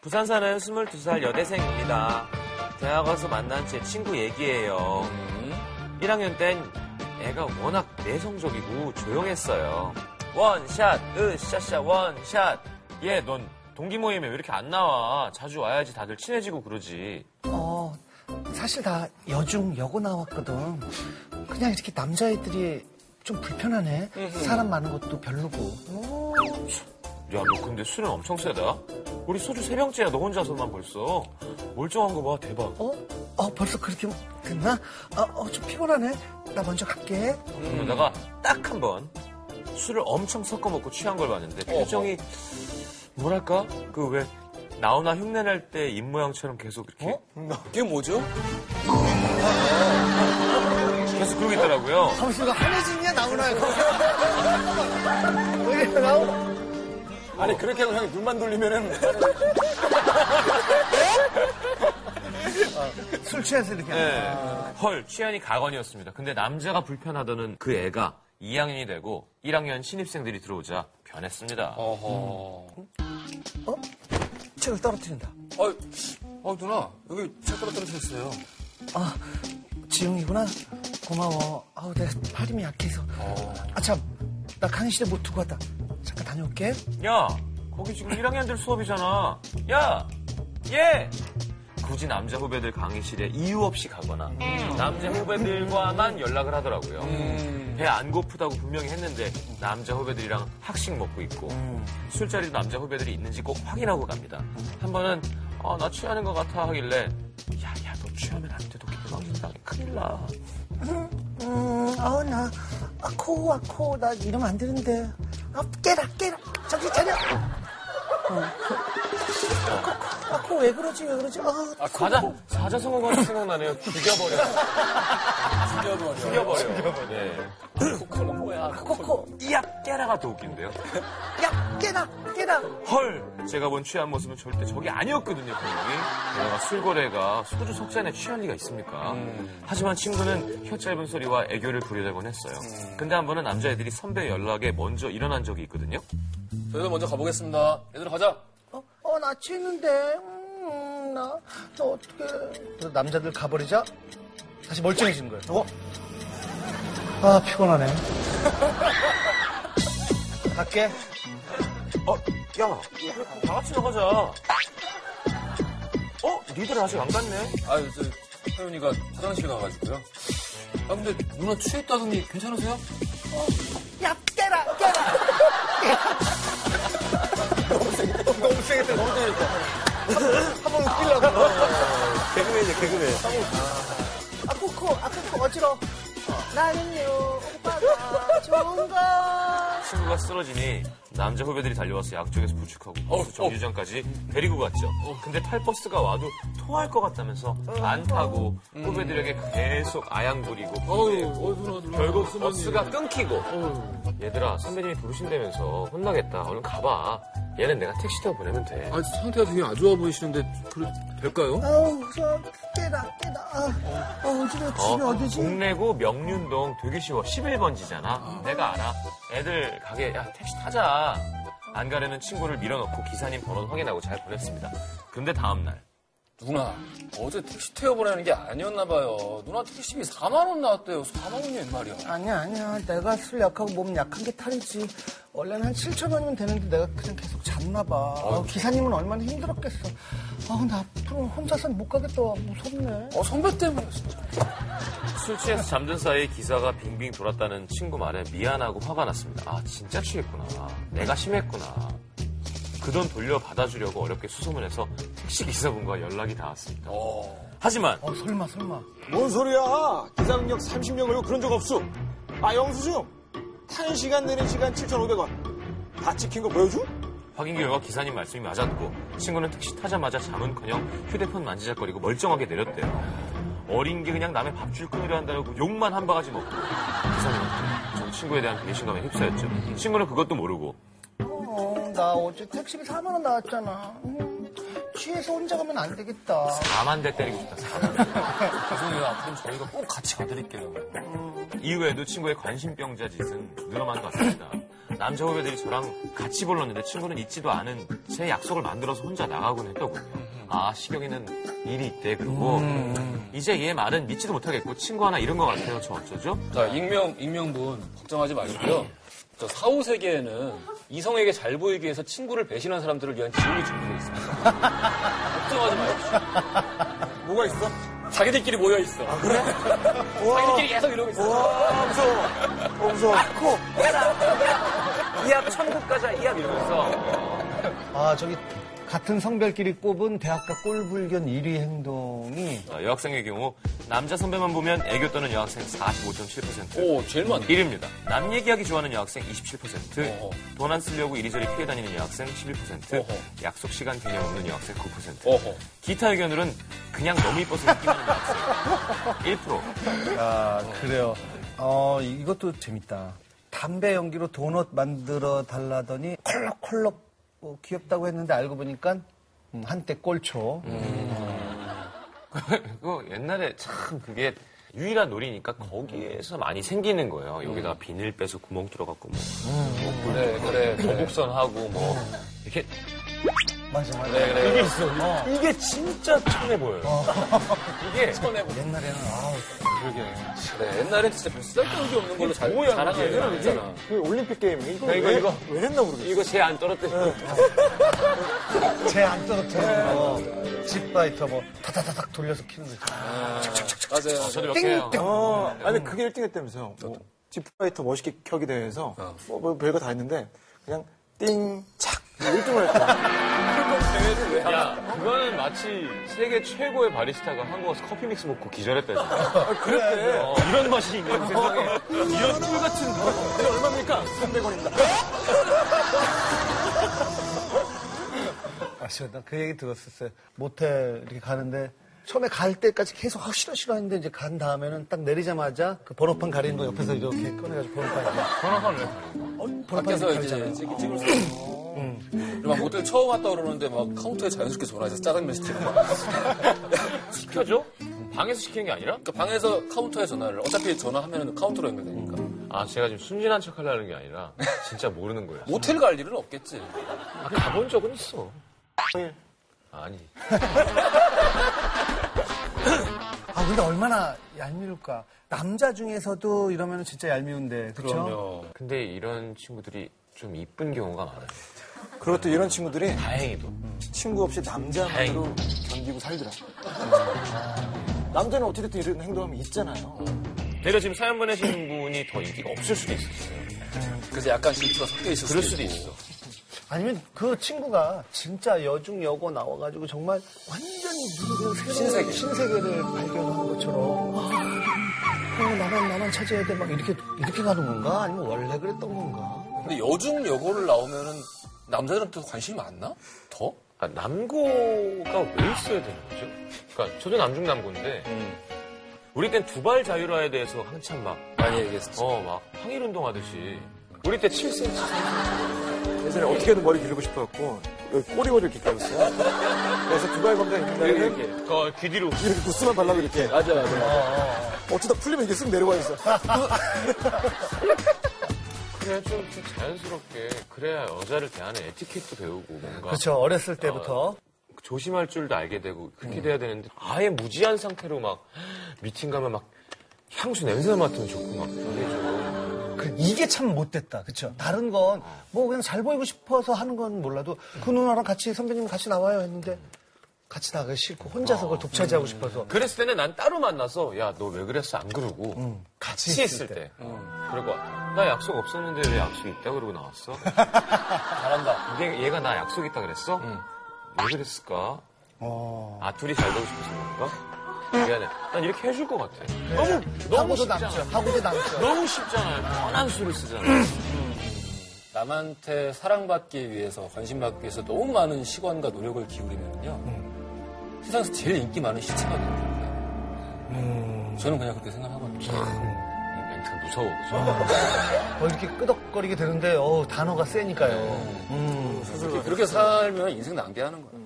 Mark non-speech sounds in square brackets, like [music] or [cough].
부산 사는 22살 여대생입니다. 대학 와서 만난 제 친구 얘기예요. 1학년 땐 애가 워낙 내성적이고 조용했어요. 원샷, 으샤샤, 원샷. 얘, 넌 동기 모임에 왜 이렇게 안 나와? 자주 와야지 다들 친해지고 그러지. 어, 사실 다 여중 여고 나왔거든. 그냥 이렇게 남자애들이 좀 불편하네. 사람 많은 것도 별로고. 야, 너 근데 술은 엄청 세다. 우리 소주 세병째야너 혼자서만 벌써. 멀쩡한 거 봐, 대박. 어? 어, 벌써 그렇게 됐나? 아, 어, 좀 피곤하네. 나 먼저 갈게. 그러다가 딱 한 번 술을 엄청 섞어 먹고 취한 걸 봤는데 표정이 뭐랄까 그 왜 나오나 흉내낼 때 입 모양처럼 계속 이렇게 이게 뭐죠? 계속 그러고 있더라고요. 가만있어, 이거 한혜진이야? [laughs] 나오나요? 왜 이래, 나오? 아니 그렇게 하고 형이 눈만 돌리면은 술 취해서 이렇게. 네. 헐 취한이 가관이었습니다. 근데 남자가 불편하다는 그 애가 2학년이 되고 1학년 신입생들이 들어오자 변했습니다. 어? 책을 떨어뜨린다. 어, 어 누나 여기 책가락 떨어뜨렸어요. 아, 지웅이구나. 고마워. 아우, 내가 팔 힘이 약해서. 아, 참. 나 강의실에 못 두고 왔다. 잠깐 다녀올게. 야, 거기 지금 1학년들 수업이잖아. 야, 얘! 굳이 남자 후배들 강의실에 이유 없이 가거나 남자 후배들과만 연락을 하더라고요. 배 안 고프다고 분명히 했는데 남자 후배들이랑 학식 먹고 있고 술자리도 남자 후배들이 있는지 꼭 확인하고 갑니다. 한 번은 아, 나 취하는 것 같아 하길래 야, 야, 너 취하면 안 돼. 너 개망신다. 큰일 나. 음, 아우, 나, 아, 코, 아, 코, 나 이러면 안 되는데. 아, 깨라, 깨라. 정신 차려. 어. 아, 코, 아, 코, 왜 그러지, 왜 그러지? 아, 아, 과자, 과자 성공하는 생각나네요. 죽여버려. 죽여버려. 죽여버려. 네. 코코는 뭐야? 코, 코. 이야, 깨라가 더 웃긴데요. 야, 깨라, 깨라. 헐! 제가 본 취한 모습은 절대 저게 아니었거든요, 분명히. 게다가 술거래가 소주 석잔에 취할 리가 있습니까? 하지만 친구는 혀 짧은 소리와 애교를 부려대곤 했어요. 근데 한 번은 남자애들이 선배 연락에 먼저 일어난 적이 있거든요. 저희도 먼저 가보겠습니다. 얘들아 가자. 어, 어, 나 취했는데. 음, 나, 저 어떡해. 그래서 남자들 가버리자. 다시 멀쩡해지는 거예요. 어? 아, 피곤하네. 갈게. 어, 야, 그래, 다 같이 나가자. 어, 니들 아직 안 갔네. 아유 저 혜윤이가 화장실 가가지고요. 아 근데 누나 취했다더니 괜찮으세요? 야, 깨라, 깨라. 너무 세게, 너무 세게, 너무 세게. 한번 웃기려고. 개그맨이야, 개그맨. 아, 코코, 아, 코코, 어지러워. 나는요, 오빠가 좋은 거. 친구가 쓰러지니 남자 후배들이 달려와서 약쪽에서 부축하고 버스 어, 정류장까지 데리고 갔죠. 근데 탈버스가 와도 토할 것 같다면서 안 타고 후배들에게 계속 아양 부리고 어 누나 누나. 결국 버스가 끊기고 어. 얘들아 선배님이 부르신다면서 혼나겠다 얼른 가봐 얘는 내가 택시 타고 보내면 돼 아 상태가 되게 안 좋아 보이시는데 그래 될까요? 아우, 저, 깨다, 깨다. 아, 어, 어디로 집이 어, 어디지? 동래구 명륜동 되게 쉬워 11번지잖아 내가 알아 애들 가게 야 택시 타자 안 가려는 친구를 밀어넣고 기사님 번호 확인하고 잘 보냈습니다 근데 다음날 누나 어제 택시 태워보내는 게 아니었나 봐요. 누나 택시비 4만 원 나왔대요. 4만 원이 웬 말이야? 아니야, 아니야. 내가 술 약하고 몸 약한 게 탈이지. 원래는 한 7천 원이면 되는데 내가 그냥 계속 잤나 봐. 아, 기사님은 얼마나 힘들었겠어. 아우, 나 앞으로 혼자서는 못 가겠다. 무섭네. 어 선배 때문에 진짜. 술 취해서 잠든 사이 기사가 빙빙 돌았다는 친구 말에 미안하고 화가 났습니다. 아, 진짜 취했구나. 내가 심했구나. 그 돈 돌려 받아주려고 어렵게 수소문해서 택시 기사분과 연락이 닿았습니다. 하지만 어, 설마, 설마. 뭔 소리야? 기사 능력 30명 걸고 그런 적 없어. 아, 영수증. 타는 시간 내는 시간 7,500원. 다 찍힌 거 보여줘? 확인 결과 기사님 말씀이 맞았고 친구는 택시 타자마자 잠은커녕 휴대폰 만지작거리고 멀쩡하게 내렸대요. 어린 게 그냥 남의 밥줄 끊으려 한다고 욕만 한 바가지 먹고 기사님은 전 친구에 대한 배신감에 휩싸였죠. 친구는 그것도 모르고 어, 나 어제 택시비 4만 원 나왔잖아. 음, 취해서 혼자 가면 안 되겠다. 4만 대 때리고 싶다. 4만 [laughs] 죄송해요. 앞으로 저희가 꼭 같이 가드릴게요. 음. 이후에도 친구의 관심병자 짓은 늘어만 갔습니다. 남자 후배들이 저랑 같이 불렀는데 친구는 잊지도 않은 제 약속을 만들어서 혼자 나가곤 했더군요. 아, 시경이는 일이 있대. 그리고 이제 얘 말은 믿지도 못하겠고 친구 하나 잃은 것 같아요. 저 어쩌죠? 자, 익명, 익명분 걱정하지 마시고요. 저 사후 세계에는 이성에게 잘 보이기 위해서 친구를 배신한 사람들을 위한 지옥이 준비되어 있습니다. [laughs] 걱정하지 마십시오. 뭐가 있어? [laughs] 아, 자기들끼리 모여 있어. 그래? 자기들끼리 계속 이러고 있어. 와, 무서워. 어, 무서워. 코. 이합 천국 가자 이합 이러면서 아, 저기 같은 성별끼리 꼽은 대학가 꼴불견 1위 행동이 어, 여학생의 경우 남자 선배만 보면 애교 떠는 여학생 45.7% 오, 제일 많네. 1위입니다. 남 얘기하기 좋아하는 여학생 27%, 어허. 돈 안 쓰려고 이리저리 피해 다니는 여학생 11%, 어허. 약속 시간 개념 없는 여학생 9%. 어허. 기타 의견으로는 그냥 너무 이뻐서 웃기만 하는 여학생 1%. 아, 그래요. 어, 이것도 재밌다. 담배 연기로 도넛 만들어 달라더니 콜록콜록 어, 귀엽다고 했는데 알고 보니까 음, 한때 꼴초. 그거 옛날에 참 그게 유일한 놀이니까 거기에서 많이 생기는 거예요. 여기다 비닐 빼서 구멍 뚫어갖고 뭐, 뭐 음. 그래, 그래. 거북선 하고 뭐. 이렇게 맞아, 어, 맞아. 그래, 그래. 이게 진짜 천해 보여요. 아, 이게 옛날에는 아우, 그래, 옛날엔 진짜 쓸데없는 없는 걸로 잘, 자랑하는 애들은 있잖아. 그 올림픽 게임. 이거, 야, 이거, 왜, 이거. 왜 했나 모르겠어. 이거 제 안 떨어뜨려. 쟤안 떨어뜨리는 거. 집바이터 뭐 타타타닥 돌려서 키는 거 있잖아. 맞아요. 저도 몇 개요. 어, 아니, 그게 1등 했다면서요. 뭐, 지프파이터 멋있게 켜기 대회에서 뭐, 뭐 별거 다 했는데 그냥 띵, 착. 뭐 1등을 했다. 야, 그거는 마치 세계 최고의 바리스타가 한국에서 커피 믹스 먹고 기절했다. 진짜. 아, 그랬대. 어, 이런 맛이 있네, 세상에. 이런 꿀 같은. 근데 얼마입니까? 300원입니다. 아, 시원. 나그 얘기 들었었어요. 모텔 이렇게 가는데 처음에 갈 때까지 계속 아, 싫어 싫어 했는데 이제 간 다음에는 딱 내리자마자 그 번호판 가리는 거 옆에서 이렇게 꺼내가지고 번호판 이렇게. 번호판을 왜 가리고. 어, 번호판 밖에서 이렇게 이제 가리잖아요. 찍- 찍을 수 있어. 그리고 막 모텔 처음 왔다 그러는데 막 카운터에 자연스럽게 전화해서 짜장면 시키는 거야. 시켜줘? 방에서 시키는 게 아니라? 그러니까 방에서 카운터에 전화를 어차피 전화하면 카운터로 연결되니까 음. 아, 제가 지금 순진한 척 하려는 게 아니라, 진짜 모르는 거예요. 뭐? 모텔 갈 일은 없겠지. 아, 가본 적은 있어. 네. 아니. 아 근데 얼마나 얄미울까. 남자 중에서도 이러면 진짜 얄미운데 그렇죠? 그럼요. 근데 이런 친구들이 좀 이쁜 경우가 많아요. 그리고 또 이런 친구들이 다행히도. 친구 없이 남자만으로 견디고 살더라. 남자는 어떻게든 이런 행동하면 있잖아요. 내가 지금 사연 보내신 분이 더 인기가 없을 수도 있었어요. 그래서 약간 질투가 섞여 있을 그럴 수도 수도 있고. 있어. 아니면 그 친구가 진짜 여중 여고 나와가지고 정말 완전히 무슨 새로운 신세계. 신세계를 발견한 것처럼 아, 어, 나만 나만 찾아야 돼 막 이렇게 이렇게 가는 건가 아니면 원래 그랬던 건가? 근데 여중 여고를 나오면은 남자들은 또 관심이 많나? 더? 아, 남고가 왜 있어야 되는 거죠? 그러니까 저도 남중 남고인데 우리 땐 두발 자유화에 대해서 한참 막 많이 얘기했었지. 어 막 항일 운동하듯이 우리 때 7cm 예전에 어떻게든 머리 기르고 싶어갖고 여기 꼬리머리를 이렇게 길렀어요. 그래서 두발 검사 있는 날에는 이렇게 네, 어, 귀 뒤로 구스만 발라고 이렇게 맞아, 맞아. 어쩌다 풀리면 이게 쓱 내려와 있어. 그냥 좀, 좀 자연스럽게 그래야 여자를 대하는 에티켓도 배우고 뭔가 그렇죠 어렸을 때부터 조심할 줄도 알게 되고 그렇게 돼야 되는데 아예 무지한 상태로 막 미팅 가면 막 향수 냄새 맡으면 좋고 막 그게 좀 그 이게 참 못됐다 그렇죠 다른 건 뭐 그냥 잘 보이고 싶어서 하는 건 몰라도 그 누나랑 같이 선배님 같이 나와요 했는데 같이 나가기 싫고 혼자서 그걸 독차지하고 싶어서 그랬을 때는 난 따로 만나서 야 너 왜 그랬어 안 그러고 같이, 있을 때, 그리고 나 약속 없었는데 왜 약속 있다 그러고 나왔어? 잘한다. 얘, 얘가 나 약속 있다 그랬어? 왜 그랬을까? 어. 아 둘이 잘 되고 싶어서 그런가? 미안해 난 이렇게 해줄 것 같아 너무 너무 하고도 쉽잖아 남죠 하고도 남죠 너무 쉽잖아요 뻔한 수를 쓰잖아 남한테 사랑받기 위해서, 관심받기 위해서 너무 많은 시간과 노력을 기울이면요. 세상에서 제일 인기 많은 시체가 됩니다. 저는 그냥 그렇게 생각하거든요. 이 멘트가 무서워 그죠? 어, 이렇게 끄덕거리게 되는데 어, 단어가 세니까요. 음. 그렇게 살면 인생 낭비하는 거야.